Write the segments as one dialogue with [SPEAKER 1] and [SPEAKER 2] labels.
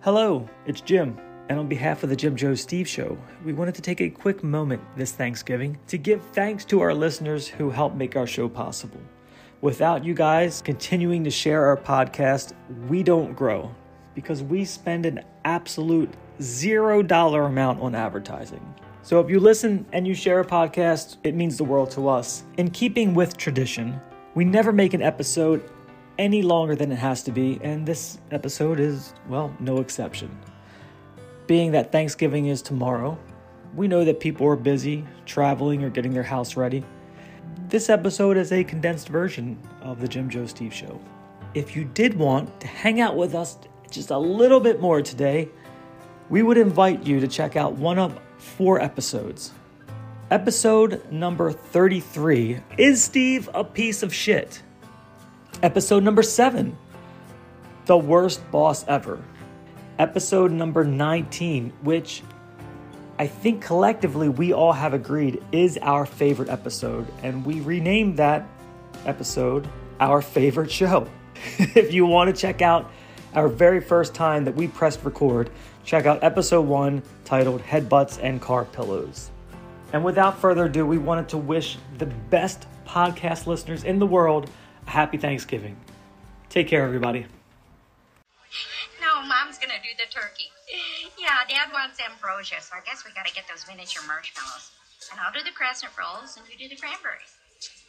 [SPEAKER 1] Hello, it's Jim. And on behalf of the Jim Joe Steve Show, we wanted to take a quick moment this Thanksgiving to give thanks to our listeners who help make our show possible. Without you guys continuing to share our podcast, we don't grow because we spend an absolute zero dollar amount on advertising. So if you listen and you share a podcast, it means the world to us. In keeping with tradition, we never make an episode any longer than it has to be, and this episode is, well, no exception. Being that Thanksgiving is tomorrow, we know that people are busy traveling or getting their house ready. This episode is a condensed version of the Jim Joe Steve Show. If you did want to hang out with us just a little bit more today, we would invite you to check out one of four episodes. Episode number 33 Is Steve a Piece of Shit? Episode number 7 The Worst Boss Ever. Episode number 19, which I think collectively we all have agreed is our favorite episode, and we renamed that episode Our Favorite Show. if you want to check out our very first time that we pressed record, check out episode one titled Headbutts and Car Pillows. And without further ado, we wanted to wish the best podcast listeners in the world a happy Thanksgiving. Take care, everybody.
[SPEAKER 2] No, Mom's gonna do the turkey. Yeah, Dad wants ambrosia, so I guess we gotta get those miniature marshmallows. And I'll do the crescent rolls, and you do the cranberries.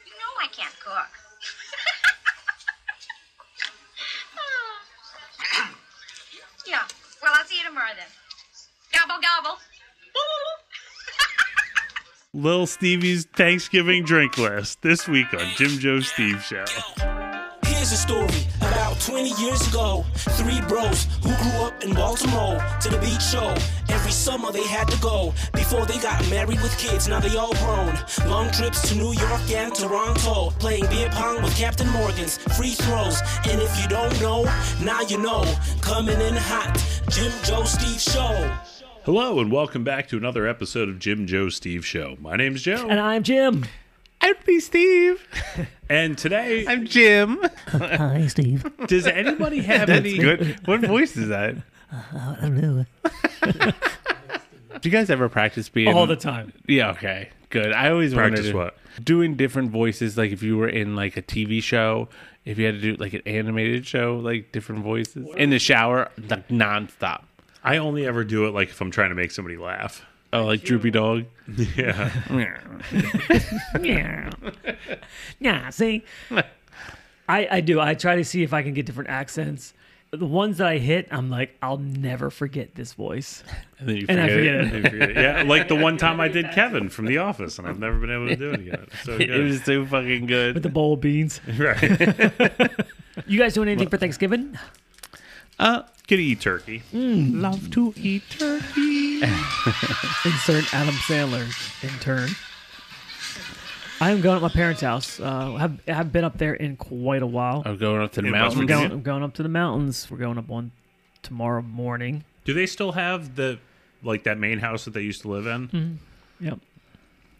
[SPEAKER 2] You know I can't cook. yeah, well, I'll see you tomorrow then. Gobble, gobble.
[SPEAKER 3] Lil Stevie's Thanksgiving drink list this week on Jim Joe Steve Show.
[SPEAKER 4] Here's a story about 20 years ago. Three bros who grew up in Baltimore to the beach show. Every summer they had to go before they got married with kids. Now they all grown. Long trips to New York and Toronto. Playing beer pong with Captain Morgan's free throws. And if you don't know, now you know. Coming in hot, Jim Joe Steve Show.
[SPEAKER 3] Hello and welcome back to another episode of Jim Joe Steve Show. My name's Joe.
[SPEAKER 1] And I'm Jim.
[SPEAKER 5] I'd be Steve.
[SPEAKER 3] And today,
[SPEAKER 5] I'm Jim.
[SPEAKER 1] Hi, Steve.
[SPEAKER 3] does anybody have any?
[SPEAKER 5] Good. What voice is that?
[SPEAKER 1] I'm new.
[SPEAKER 5] Do you guys ever practice being
[SPEAKER 1] All the time.
[SPEAKER 5] Yeah. Okay. Good. I always
[SPEAKER 3] Practice
[SPEAKER 5] wanted to-
[SPEAKER 3] what?
[SPEAKER 5] doing different voices. Like if you were in like a TV show, if you had to do like an animated show, like different voices in the shower, like nonstop.
[SPEAKER 3] I only ever do it like if I'm trying to make somebody laugh.
[SPEAKER 5] Oh, like Droopy Dog.
[SPEAKER 3] Yeah.
[SPEAKER 1] Yeah. yeah, see? I, I do. I try to see if I can get different accents. The ones that I hit, I'm like, I'll never forget this voice.
[SPEAKER 5] And then you
[SPEAKER 1] And I
[SPEAKER 5] forget, it.
[SPEAKER 1] forget
[SPEAKER 3] If you- yeah. Like the one time I did Kevin from The Office, and I've never been able to do it again. It's So
[SPEAKER 5] It,
[SPEAKER 3] good.
[SPEAKER 5] was so fucking good.
[SPEAKER 1] With the bowl of beans.
[SPEAKER 3] right.
[SPEAKER 1] You guys doing anything for Thanksgiving?
[SPEAKER 5] uh,
[SPEAKER 3] Could eat turkey.
[SPEAKER 5] Mm, love to eat turkey.
[SPEAKER 1] Insert Adam Sandler in turn. I am going up my parents' house. Uh, I've, I've been up there in quite a while.
[SPEAKER 5] I'm going up to the
[SPEAKER 3] In West
[SPEAKER 1] We're
[SPEAKER 5] mountains.
[SPEAKER 1] going, I'm going up to the mountains. We're going up on tomorrow morning.
[SPEAKER 3] Do they still have the like that main house that they used to live in?
[SPEAKER 5] Mm.
[SPEAKER 1] Yep.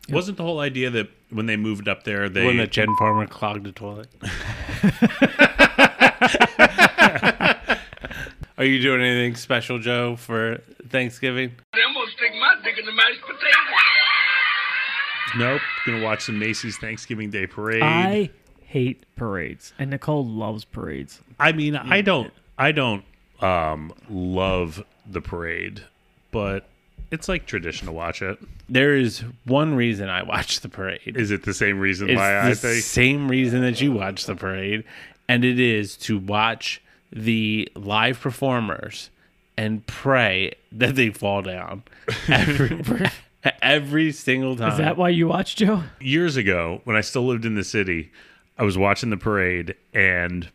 [SPEAKER 3] Wasn't the whole idea that when they moved up there, they
[SPEAKER 5] When the Jen Farmer clogged the toilet. Are you doing anything special, Joe, for Thanksgiving?
[SPEAKER 6] They almost stick my dick in the mashed potato.
[SPEAKER 3] nope? Gonna watch some Macy's Thanksgiving Day Parade.
[SPEAKER 1] I hate parades, and Nicole loves parades.
[SPEAKER 3] I mean, I don't, I don't um, love the parade, but it's like tradition to watch it.
[SPEAKER 5] There is one reason I watch the parade.
[SPEAKER 3] Is it the same reason
[SPEAKER 5] It's
[SPEAKER 3] why
[SPEAKER 5] the
[SPEAKER 3] I think?
[SPEAKER 5] same reason that you watch the parade, and it is to watch the live performers and pray that they fall down every, every single time.
[SPEAKER 1] Is that why you watch Joe?
[SPEAKER 3] Years ago, when I still lived in the city, I was watching the parade, and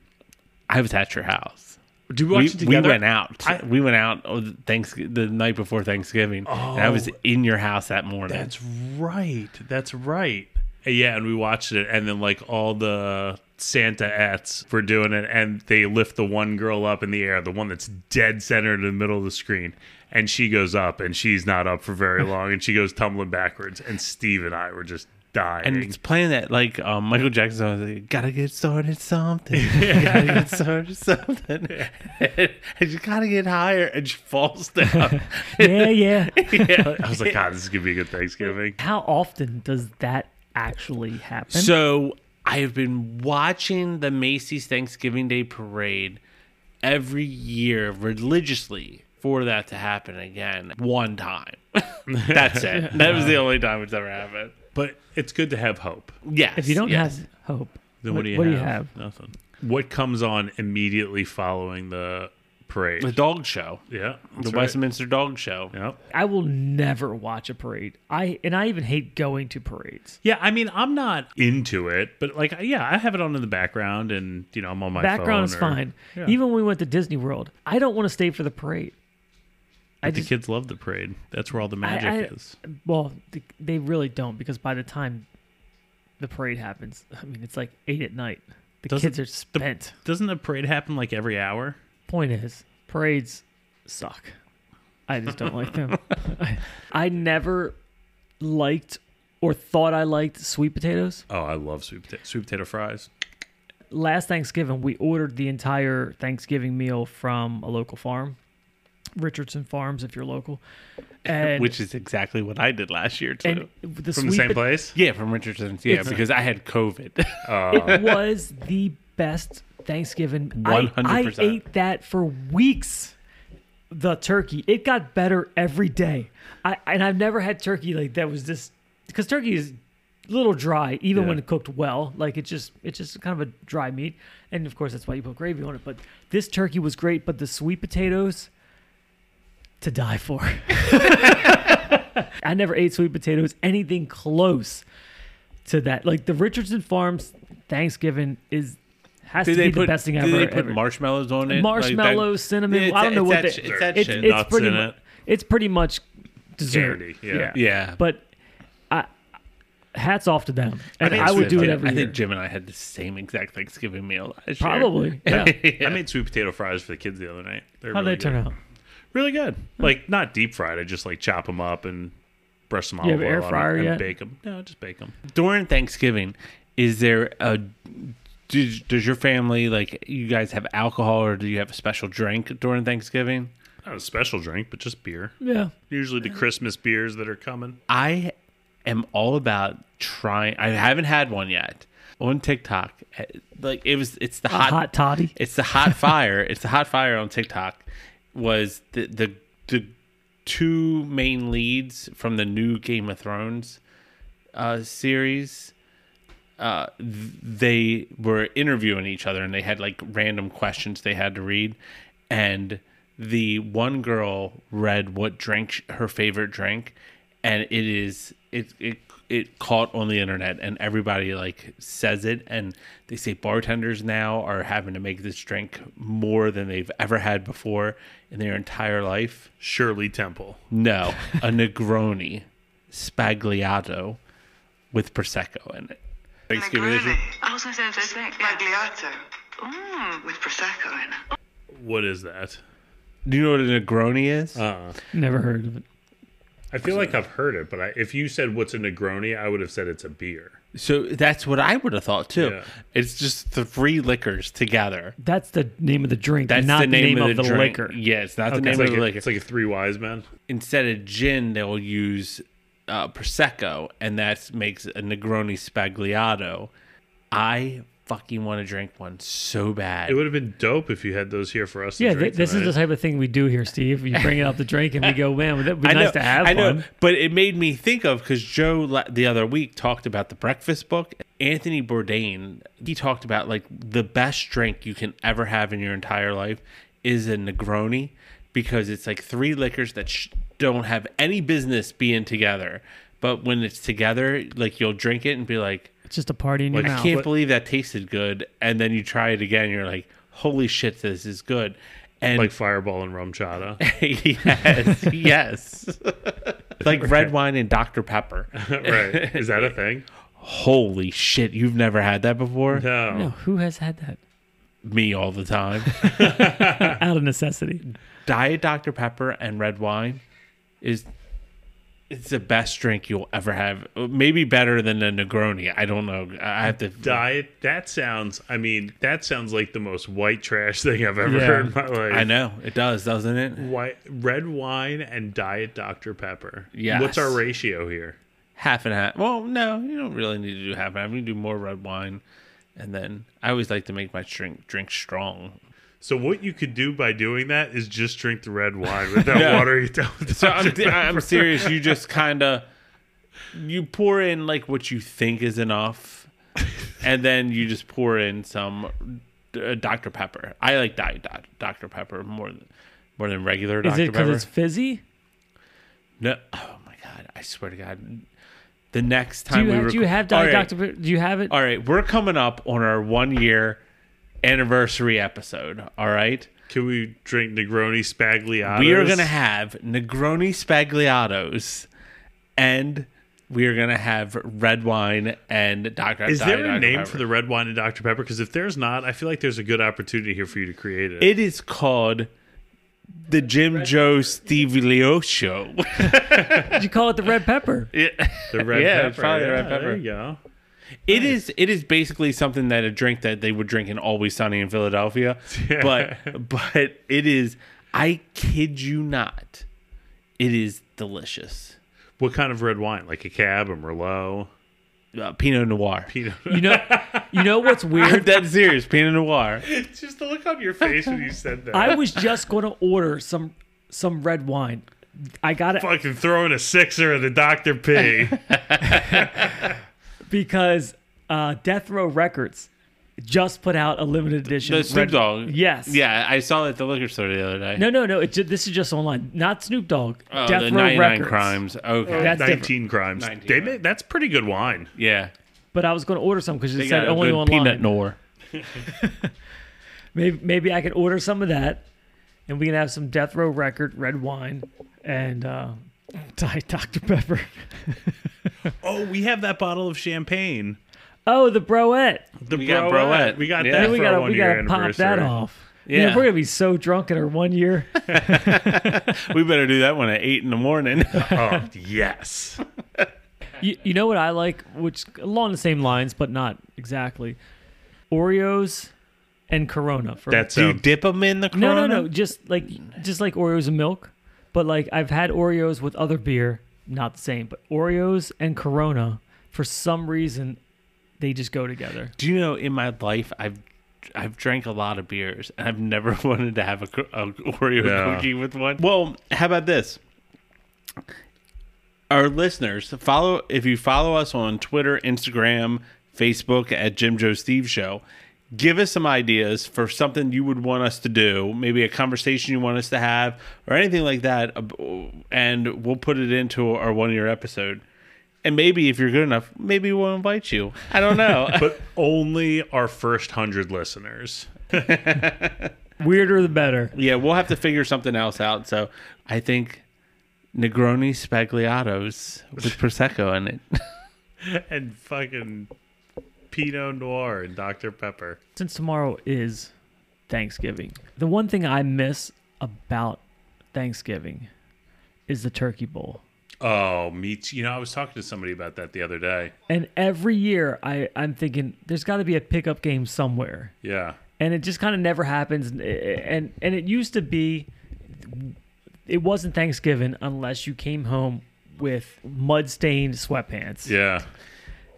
[SPEAKER 5] I was at your house.
[SPEAKER 3] do we watch
[SPEAKER 5] We,
[SPEAKER 3] it
[SPEAKER 5] we
[SPEAKER 3] together?
[SPEAKER 5] went out.
[SPEAKER 3] I-
[SPEAKER 5] we went out on thanks the night before Thanksgiving. and I was in your house that morning.
[SPEAKER 3] Oh. That's right. That's right. Yeah, and we watched it, and then like all the Santa ats were doing it, and they lift the one girl up in the air, the one that's dead center in the middle of the screen, and she goes up, and she's not up for very long, and she goes tumbling backwards, and Steve and I were just dying.
[SPEAKER 5] and it's playing that like um, Michael Jackson song. Like, gotta get started something. gotta get started something. and you gotta get higher, and she falls down.
[SPEAKER 1] Yeah, yeah.
[SPEAKER 3] I was like, God, this is gonna be a good Thanksgiving.
[SPEAKER 1] How often does that actually happen?
[SPEAKER 5] So I have been watching the Macy's Thanksgiving Day Parade every year religiously for that to happen again. One time. That's it. That was the only time it's ever happened.
[SPEAKER 3] But it's good to have hope.
[SPEAKER 5] Yes.
[SPEAKER 1] if you don't
[SPEAKER 5] yes.
[SPEAKER 1] have hope,
[SPEAKER 3] Then what, do you
[SPEAKER 1] what
[SPEAKER 3] have?
[SPEAKER 1] do you have?
[SPEAKER 3] Nothing. What comes on immediately following the parade?
[SPEAKER 5] the dog show,
[SPEAKER 3] yeah, that's
[SPEAKER 5] the
[SPEAKER 3] right.
[SPEAKER 5] Westminster Dog Show.
[SPEAKER 3] Yep.
[SPEAKER 1] I will never watch a parade. I and I even hate going to parades.
[SPEAKER 3] Yeah, I mean, I'm not into it, but like, yeah, I have it on in the background, and you know, I'm on my phone
[SPEAKER 1] Background is
[SPEAKER 3] or-
[SPEAKER 1] fine.
[SPEAKER 3] Yeah.
[SPEAKER 1] Even when we went to Disney World, I don't want to stay for the parade. I
[SPEAKER 3] But the
[SPEAKER 1] just
[SPEAKER 3] kids love the parade. That's where all the magic
[SPEAKER 1] I-
[SPEAKER 3] is.
[SPEAKER 1] well, th- they really don't because by the time the parade happens, I mean it's like eight at night. The
[SPEAKER 3] Doesn't
[SPEAKER 1] kids are spent.
[SPEAKER 3] Doesn't the parade happen like every hour?
[SPEAKER 1] Point is, parades suck. I just don't like them. I, I never liked or thought I liked sweet potatoes.
[SPEAKER 3] Oh, I love sweet potato, sweet potato fries.
[SPEAKER 1] last Thanksgiving, we ordered the entire Thanksgiving meal from a local farm, Richardson Farms, if you're local. And,
[SPEAKER 5] Which is exactly what I did last year too.
[SPEAKER 1] and the
[SPEAKER 3] From
[SPEAKER 1] sweet
[SPEAKER 3] the same
[SPEAKER 1] pot-
[SPEAKER 3] place?
[SPEAKER 5] Yeah, from Richardson's. Yeah, because I had COVID.
[SPEAKER 1] It was the best Thanksgiving. I- I,
[SPEAKER 5] 100%.
[SPEAKER 1] ate that for weeks. The turkey, it got better every day. I and I've never had turkey like that was this because turkey is a little dry even when
[SPEAKER 3] Yeah.
[SPEAKER 1] cooked well. Like it's just it's just kind of a dry meat, and of course that's why you put gravy on it. But this turkey was great, but the sweet potatoes to die for. I never ate sweet potatoes anything close to that. Like the Richardson Farms Thanksgiving is has
[SPEAKER 5] Did
[SPEAKER 1] to
[SPEAKER 5] they
[SPEAKER 1] be
[SPEAKER 5] put
[SPEAKER 1] the best thing
[SPEAKER 5] did
[SPEAKER 1] ever.
[SPEAKER 5] they put
[SPEAKER 1] ever.
[SPEAKER 5] marshmallows on it? Like that-
[SPEAKER 1] Marshmallows, cinnamon.
[SPEAKER 5] It's-
[SPEAKER 1] I don't know
[SPEAKER 5] it's
[SPEAKER 1] what
[SPEAKER 5] that
[SPEAKER 1] they-
[SPEAKER 5] shit- it's that
[SPEAKER 1] It's-
[SPEAKER 5] shit.
[SPEAKER 1] it's
[SPEAKER 3] Nuts
[SPEAKER 1] pretty.
[SPEAKER 3] in
[SPEAKER 1] mu-
[SPEAKER 3] it.
[SPEAKER 1] It's pretty much dessert.
[SPEAKER 3] Candy, yeah.
[SPEAKER 5] yeah,
[SPEAKER 1] But I, hats off to them. And I,
[SPEAKER 5] think
[SPEAKER 1] would
[SPEAKER 5] Jim
[SPEAKER 1] do it
[SPEAKER 5] did.
[SPEAKER 1] every
[SPEAKER 5] I
[SPEAKER 1] year.
[SPEAKER 5] think Jim and I had the same exact Thanksgiving meal. last year.
[SPEAKER 1] Probably. Yeah.
[SPEAKER 3] I made sweet potato fries for the kids the other night. They're
[SPEAKER 1] How'd
[SPEAKER 3] really
[SPEAKER 1] they turn
[SPEAKER 3] good.
[SPEAKER 1] out?
[SPEAKER 3] Really good. Like not deep fried. I just like chop them up and brush some
[SPEAKER 1] You have
[SPEAKER 3] olive oil
[SPEAKER 1] air
[SPEAKER 3] on 'em
[SPEAKER 1] fryer
[SPEAKER 3] and
[SPEAKER 1] yet?
[SPEAKER 3] bake them. No, just bake them.
[SPEAKER 5] During Thanksgiving, is there a does, does your family like you guys have alcohol or do you have a special drink during Thanksgiving?
[SPEAKER 3] Not a special drink, but just beer.
[SPEAKER 1] Yeah.
[SPEAKER 3] Usually the Christmas beers that are coming.
[SPEAKER 5] I am all about trying. I haven't had one yet on TikTok. eh, Like it was, it's the
[SPEAKER 1] A
[SPEAKER 5] hot,
[SPEAKER 1] hot toddy.
[SPEAKER 5] It's the hot fire. It's the hot fire on TikTok. Was the the the two main leads from the new Game of Thrones uh, series? Uh, th- they were interviewing each other, and they had like random questions they had to read, and the one girl read what drink sh- her favorite drink, and it is it it it caught on the internet and everybody like says it and they say bartenders now are having to make this drink more than they've ever had before in their entire life
[SPEAKER 3] Shirley Temple.
[SPEAKER 5] no a negroni spagliato with prosecco in it thanksgiving dish.
[SPEAKER 7] Also says this Magliato. Mmm, with Prosecco in it.
[SPEAKER 3] What is that?
[SPEAKER 5] do you know what a negroni is
[SPEAKER 1] Never heard of it.
[SPEAKER 3] I feel like I've heard it, but I, if you said what's a Negroni, I would have said it's a beer.
[SPEAKER 5] so that's what i would have thought too
[SPEAKER 3] Yeah.
[SPEAKER 5] it's just the three liquors together
[SPEAKER 1] That's the name of the drink,
[SPEAKER 5] that's
[SPEAKER 1] not the name, of, the,
[SPEAKER 5] drink.
[SPEAKER 1] liquor.
[SPEAKER 5] Yeah, it's not the
[SPEAKER 3] It's
[SPEAKER 5] name
[SPEAKER 3] like,
[SPEAKER 5] of
[SPEAKER 3] a-
[SPEAKER 5] the liquor.
[SPEAKER 3] it's like a Three Wise Men.
[SPEAKER 5] instead of gin, they'll use uh, prosecco, and that makes a Negroni Spagliato. I fucking want to drink one so bad.
[SPEAKER 3] It would have been dope if you had those here for us. To
[SPEAKER 1] Yeah,
[SPEAKER 3] drink
[SPEAKER 1] th- this is
[SPEAKER 3] tonight.
[SPEAKER 1] the type of thing we do here, Steve. You bring up the drink, and we go, "Man, would that be
[SPEAKER 5] I
[SPEAKER 1] nice
[SPEAKER 5] know,
[SPEAKER 1] to have
[SPEAKER 5] I know,
[SPEAKER 1] one?"
[SPEAKER 5] but it made me think of because Joe la- the other week talked about the breakfast book. Anthony Bourdain, he talked about like the best drink you can ever have in your entire life is a Negroni because it's like three liquors that sh- don't have any business being together. But when it's together, like you'll drink it and be like,
[SPEAKER 1] It's just a party in your
[SPEAKER 5] I
[SPEAKER 1] mouth.
[SPEAKER 5] can't
[SPEAKER 3] But-
[SPEAKER 5] believe that tasted good. And then you try it again, you're like, holy shit, this is good. And
[SPEAKER 3] like Fireball and Rum Chata.
[SPEAKER 5] yes, yes. like red wine and Dr. Pepper.
[SPEAKER 3] right. Is that a thing?
[SPEAKER 5] Holy shit, you've never had that before?
[SPEAKER 3] No.
[SPEAKER 1] No, who has had that
[SPEAKER 5] Me all the time.
[SPEAKER 1] out of necessity?
[SPEAKER 5] Diet Dr. Pepper and red wine is It's the best drink you'll ever have. Maybe better than a Negroni. I don't know. I have to.
[SPEAKER 3] Diet. That sounds. I mean, that sounds like the most white trash thing I've ever
[SPEAKER 1] Yeah.
[SPEAKER 3] heard in my life.
[SPEAKER 5] I know it does, doesn't it?
[SPEAKER 3] White, red wine and diet Dr Pepper.
[SPEAKER 5] Yes.
[SPEAKER 3] What's our ratio here?
[SPEAKER 5] Half and half. Well, no, you don't really need to do half and half. You can do more red wine, and then I always like to make my drink drink strong.
[SPEAKER 3] So what you could do by doing that is just drink the red wine with that water you down. with
[SPEAKER 5] So I'm,
[SPEAKER 3] Dr. Pepper.
[SPEAKER 5] I'm serious. You just kind of you pour in like what you think is enough, and then you just pour in some uh, Dr Pepper. I like Diet Doc- Dr Pepper more than more than regular
[SPEAKER 1] Is
[SPEAKER 5] Dr
[SPEAKER 1] it because
[SPEAKER 5] Pepper.
[SPEAKER 1] it's fizzy?
[SPEAKER 5] No, oh my god! I swear to God, the next
[SPEAKER 1] Do
[SPEAKER 5] time
[SPEAKER 1] you,
[SPEAKER 5] we
[SPEAKER 1] have, do you
[SPEAKER 5] reco-
[SPEAKER 1] have
[SPEAKER 5] All
[SPEAKER 1] Diet
[SPEAKER 5] right,
[SPEAKER 1] Dr. Pepper? Do you have it?
[SPEAKER 5] All right, we're coming up on our one year anniversary episode. All right,
[SPEAKER 3] Can we drink Negroni Spagliato?
[SPEAKER 5] we are gonna have Negroni Spagliatos, and we are gonna have red wine and Doctor.
[SPEAKER 3] Is there a name for the red wine and Dr Pepper? Because if there's not, I feel like there's a good opportunity here for you to create it.
[SPEAKER 5] It is called the Jim Joe Steve Leo Show.
[SPEAKER 1] Did you call it the red pepper?
[SPEAKER 3] the red
[SPEAKER 5] yeah,
[SPEAKER 3] pepper.
[SPEAKER 5] it's probably the red
[SPEAKER 3] Yeah,
[SPEAKER 5] pepper.
[SPEAKER 3] There you go.
[SPEAKER 5] It is it is basically something that a drink that they would drink in Always Sunny in Philadelphia. But but it is I kid you not. It is delicious.
[SPEAKER 3] What kind of red wine? Like a cab, a merlot.
[SPEAKER 5] Uh, Pinot Noir.
[SPEAKER 3] Pinot.
[SPEAKER 1] You know, you know what's
[SPEAKER 5] I'm
[SPEAKER 1] weird?
[SPEAKER 5] dead serious. Pinot Noir.
[SPEAKER 3] Just the look on your face when you said that.
[SPEAKER 1] I was just going to order some some red wine. I got it
[SPEAKER 3] fucking throwing a sixer at the Dr. P.
[SPEAKER 1] because uh, Death Row Records just put out a limited edition.
[SPEAKER 5] The Snoop
[SPEAKER 1] red-
[SPEAKER 5] Dogg.
[SPEAKER 1] Yes.
[SPEAKER 5] Yeah, I saw it at the liquor store the other day.
[SPEAKER 1] No, no, no. It, ju- this is just online, not Snoop Dogg.
[SPEAKER 5] oh,
[SPEAKER 1] Death
[SPEAKER 5] the
[SPEAKER 1] Row
[SPEAKER 5] 99
[SPEAKER 1] Records.
[SPEAKER 5] Crimes. Okay.
[SPEAKER 1] That's different.
[SPEAKER 3] 19 crimes.
[SPEAKER 5] 19,
[SPEAKER 3] they
[SPEAKER 5] right.
[SPEAKER 3] make, that's pretty good wine.
[SPEAKER 5] yeah.
[SPEAKER 1] But I was going to order some because it
[SPEAKER 5] They
[SPEAKER 1] said
[SPEAKER 5] got a
[SPEAKER 1] only
[SPEAKER 5] good Pinot
[SPEAKER 1] online.
[SPEAKER 5] Noir.
[SPEAKER 1] Maybe maybe I could order some of that, and we can have some Death Row Record red wine and uh, Diet Dr Pepper.
[SPEAKER 3] Oh, we have that bottle of champagne.
[SPEAKER 1] Oh, the Broette.
[SPEAKER 3] The
[SPEAKER 5] We got Broette.
[SPEAKER 3] We got
[SPEAKER 5] Yeah.
[SPEAKER 3] that
[SPEAKER 5] Then
[SPEAKER 1] we
[SPEAKER 3] for
[SPEAKER 1] gotta
[SPEAKER 3] our
[SPEAKER 1] we gotta
[SPEAKER 3] one-year
[SPEAKER 1] pop that
[SPEAKER 3] anniversary.
[SPEAKER 1] off. Yeah,
[SPEAKER 5] Yeah.
[SPEAKER 1] we're gonna be so drunk in our one year.
[SPEAKER 5] We better do that one at 8 in the morning.
[SPEAKER 3] Oh, yes.
[SPEAKER 1] you, you know what I like, which along the same lines, but not exactly. Oreos and Corona. For
[SPEAKER 3] That's um,
[SPEAKER 5] do you
[SPEAKER 3] a,
[SPEAKER 5] dip them in the
[SPEAKER 1] no,
[SPEAKER 5] Corona?
[SPEAKER 1] no, no. Just like just like Oreos and milk, but like I've had Oreos with other beer, not the same. But Oreos and Corona, for some reason, they just go together.
[SPEAKER 5] Do you know in my life I've I've drank a lot of beers and I've never wanted to have a, cr- a Oreo
[SPEAKER 3] Yeah.
[SPEAKER 5] cookie with one. Well, how about this? Our listeners follow if you follow us on Twitter, Instagram, Facebook at Jim Joe Steve Show. Give us some ideas for something you would want us to do, maybe a conversation you want us to have, or anything like that, ab- and we'll put it into our one year episode. And maybe if you're good enough, maybe we'll invite you. I don't know.
[SPEAKER 3] but only our first 100 listeners.
[SPEAKER 1] Weirder the better.
[SPEAKER 5] Yeah, we'll have to figure something else out. So I think Negroni Spagliatos with Prosecco in it.
[SPEAKER 3] And fucking Pinot Noir and Dr. Pepper.
[SPEAKER 1] Since tomorrow is Thanksgiving, the one thing I miss about Thanksgiving is the turkey bowl.
[SPEAKER 3] Oh, me too. You know, I was talking to somebody about that the other day.
[SPEAKER 1] And every year I, I'm thinking there's got to be a pickup game somewhere.
[SPEAKER 3] Yeah.
[SPEAKER 1] And it just kind of never happens. And, and, and it used to be, it wasn't Thanksgiving unless you came home with mud stained sweatpants.
[SPEAKER 3] Yeah.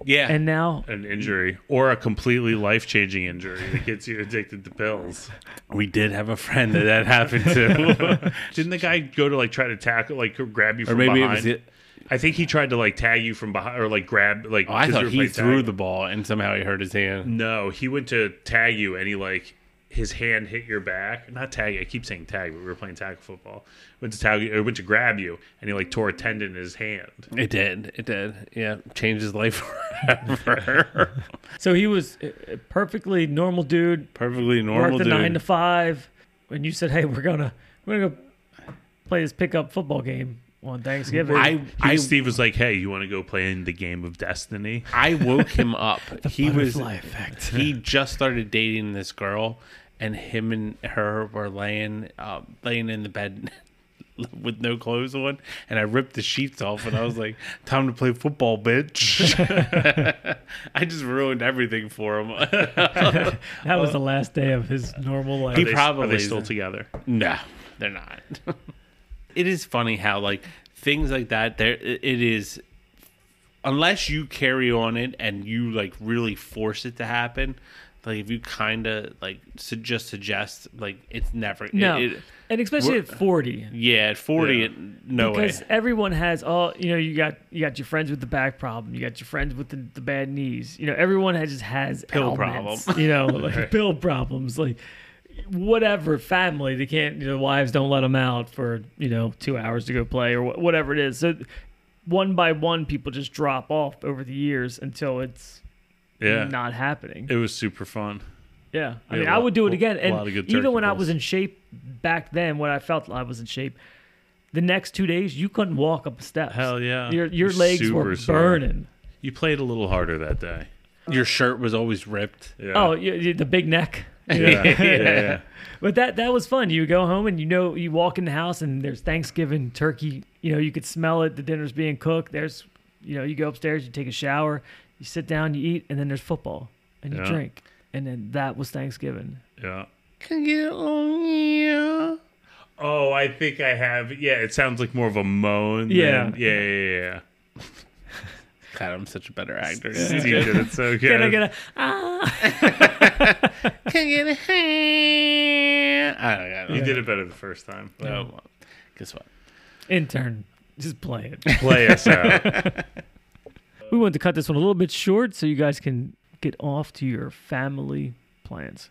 [SPEAKER 5] Yeah.
[SPEAKER 1] And now
[SPEAKER 3] An injury or a completely life changing injury that gets you addicted to pills.
[SPEAKER 5] we did have a friend that that happened to.
[SPEAKER 3] Didn't the guy go to like try to tackle, like grab you
[SPEAKER 5] or
[SPEAKER 3] from
[SPEAKER 5] maybe it
[SPEAKER 3] behind?
[SPEAKER 5] was it.
[SPEAKER 3] I think he tried to like tag you from behind or like grab like.
[SPEAKER 5] Oh, I
[SPEAKER 3] 'cause you
[SPEAKER 5] thought
[SPEAKER 3] were
[SPEAKER 5] he
[SPEAKER 3] playing
[SPEAKER 5] threw
[SPEAKER 3] tag.
[SPEAKER 5] the ball and somehow he hurt his hand.
[SPEAKER 3] No, he went to tag you and he like his hand hit your back. Not tag. I keep saying tag, but we were playing tag football. Went to tag you, or went to grab you, and he like tore a tendon in his hand.
[SPEAKER 5] It did. It did. Yeah. Changed his life forever.
[SPEAKER 1] So he was a a perfectly normal dude,
[SPEAKER 5] Perfectly
[SPEAKER 1] worked
[SPEAKER 5] normal
[SPEAKER 1] the
[SPEAKER 5] dude.
[SPEAKER 1] nine to five, and you said, "Hey, we're gonna we're gonna go play this pickup football game on Thanksgiving."
[SPEAKER 5] I, I,
[SPEAKER 3] Steve was like, "Hey, you want to go play in the game of destiny?"
[SPEAKER 5] I woke him up. he was
[SPEAKER 1] Butterfly effect.
[SPEAKER 5] he just started dating this girl and him and her were laying uh, laying in the bed with no clothes on, and I ripped the sheets off, and I was like, "Time to play football, bitch!" I just ruined everything for him.
[SPEAKER 1] That
[SPEAKER 5] Uh,
[SPEAKER 1] was the last day of his normal life.
[SPEAKER 5] He
[SPEAKER 3] They-
[SPEAKER 5] probably
[SPEAKER 3] are they
[SPEAKER 5] is.
[SPEAKER 3] still together.
[SPEAKER 5] No, they're not. it is funny how like things like that. There, it is. Unless you carry on it and you like really force it to happen, like if you kind of like su- just suggest, like it's never. it-
[SPEAKER 1] no,
[SPEAKER 5] it-
[SPEAKER 1] and especially at forty,
[SPEAKER 5] yeah, at forty,
[SPEAKER 3] Yeah.
[SPEAKER 5] It, no way.
[SPEAKER 1] because everyone has all you know you got you got your friends with the back problem you got your friends with the, the bad knees you know everyone has, just has
[SPEAKER 5] Pill
[SPEAKER 1] ailments, you know like pill problems like whatever family they can't you know wives don't let them out for you know two hours to go play or wh- whatever it is so one by one people just drop off over the years until it's
[SPEAKER 3] Yeah.
[SPEAKER 1] not happening
[SPEAKER 3] It was super fun.
[SPEAKER 1] yeah, I
[SPEAKER 3] Yeah,
[SPEAKER 1] mean,
[SPEAKER 3] a
[SPEAKER 1] I
[SPEAKER 3] lot-
[SPEAKER 1] would do it
[SPEAKER 3] a
[SPEAKER 1] again. And
[SPEAKER 3] lot of good turkey
[SPEAKER 1] even when I
[SPEAKER 3] balls.
[SPEAKER 1] was in shape back then, when I felt I was in shape, the next two days you couldn't walk up the steps.
[SPEAKER 3] Hell yeah.
[SPEAKER 1] your your
[SPEAKER 3] You're
[SPEAKER 1] legs were
[SPEAKER 3] super sore.
[SPEAKER 1] burning.
[SPEAKER 3] You played a little harder that day.
[SPEAKER 5] Your shirt was always ripped.
[SPEAKER 3] Yeah.
[SPEAKER 1] Oh, you, you- the big neck.
[SPEAKER 3] yeah. yeah. yeah.
[SPEAKER 1] But that that was fun. You go home and you know you walk in the house and there's Thanksgiving turkey. You know you could smell it. The dinner's being cooked. There's you know you go upstairs, you take a shower, you sit down, you eat, and then there's football and you
[SPEAKER 3] Yeah.
[SPEAKER 1] drink. And then that was Thanksgiving.
[SPEAKER 3] Yeah. Oh, I think I have. Yeah, it sounds like more of a moan.
[SPEAKER 1] Yeah.
[SPEAKER 3] Than, yeah, yeah, yeah.
[SPEAKER 5] God, I'm such a better actor.
[SPEAKER 3] yeah. You did it so good.
[SPEAKER 1] Can I get a ah?
[SPEAKER 5] Can you get a hand? I don't, I don't
[SPEAKER 3] you
[SPEAKER 5] know.
[SPEAKER 3] did it better the first time.
[SPEAKER 5] Oh, well, guess what?
[SPEAKER 1] Intern, just play it.
[SPEAKER 3] Play us out.
[SPEAKER 1] We wanted to cut this one a little bit short so you guys can get off to your family plans.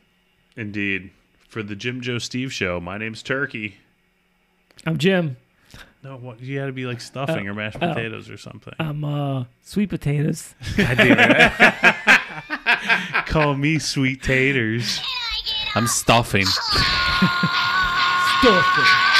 [SPEAKER 3] Indeed. For the Jim Joe Steve show, my name's Turkey.
[SPEAKER 1] I'm Jim.
[SPEAKER 3] No, what, you got to be like stuffing or mashed potatoes or something.
[SPEAKER 1] I'm uh sweet potatoes.
[SPEAKER 3] Call me sweet taters.
[SPEAKER 5] I'm stuffing.
[SPEAKER 1] Stuff it.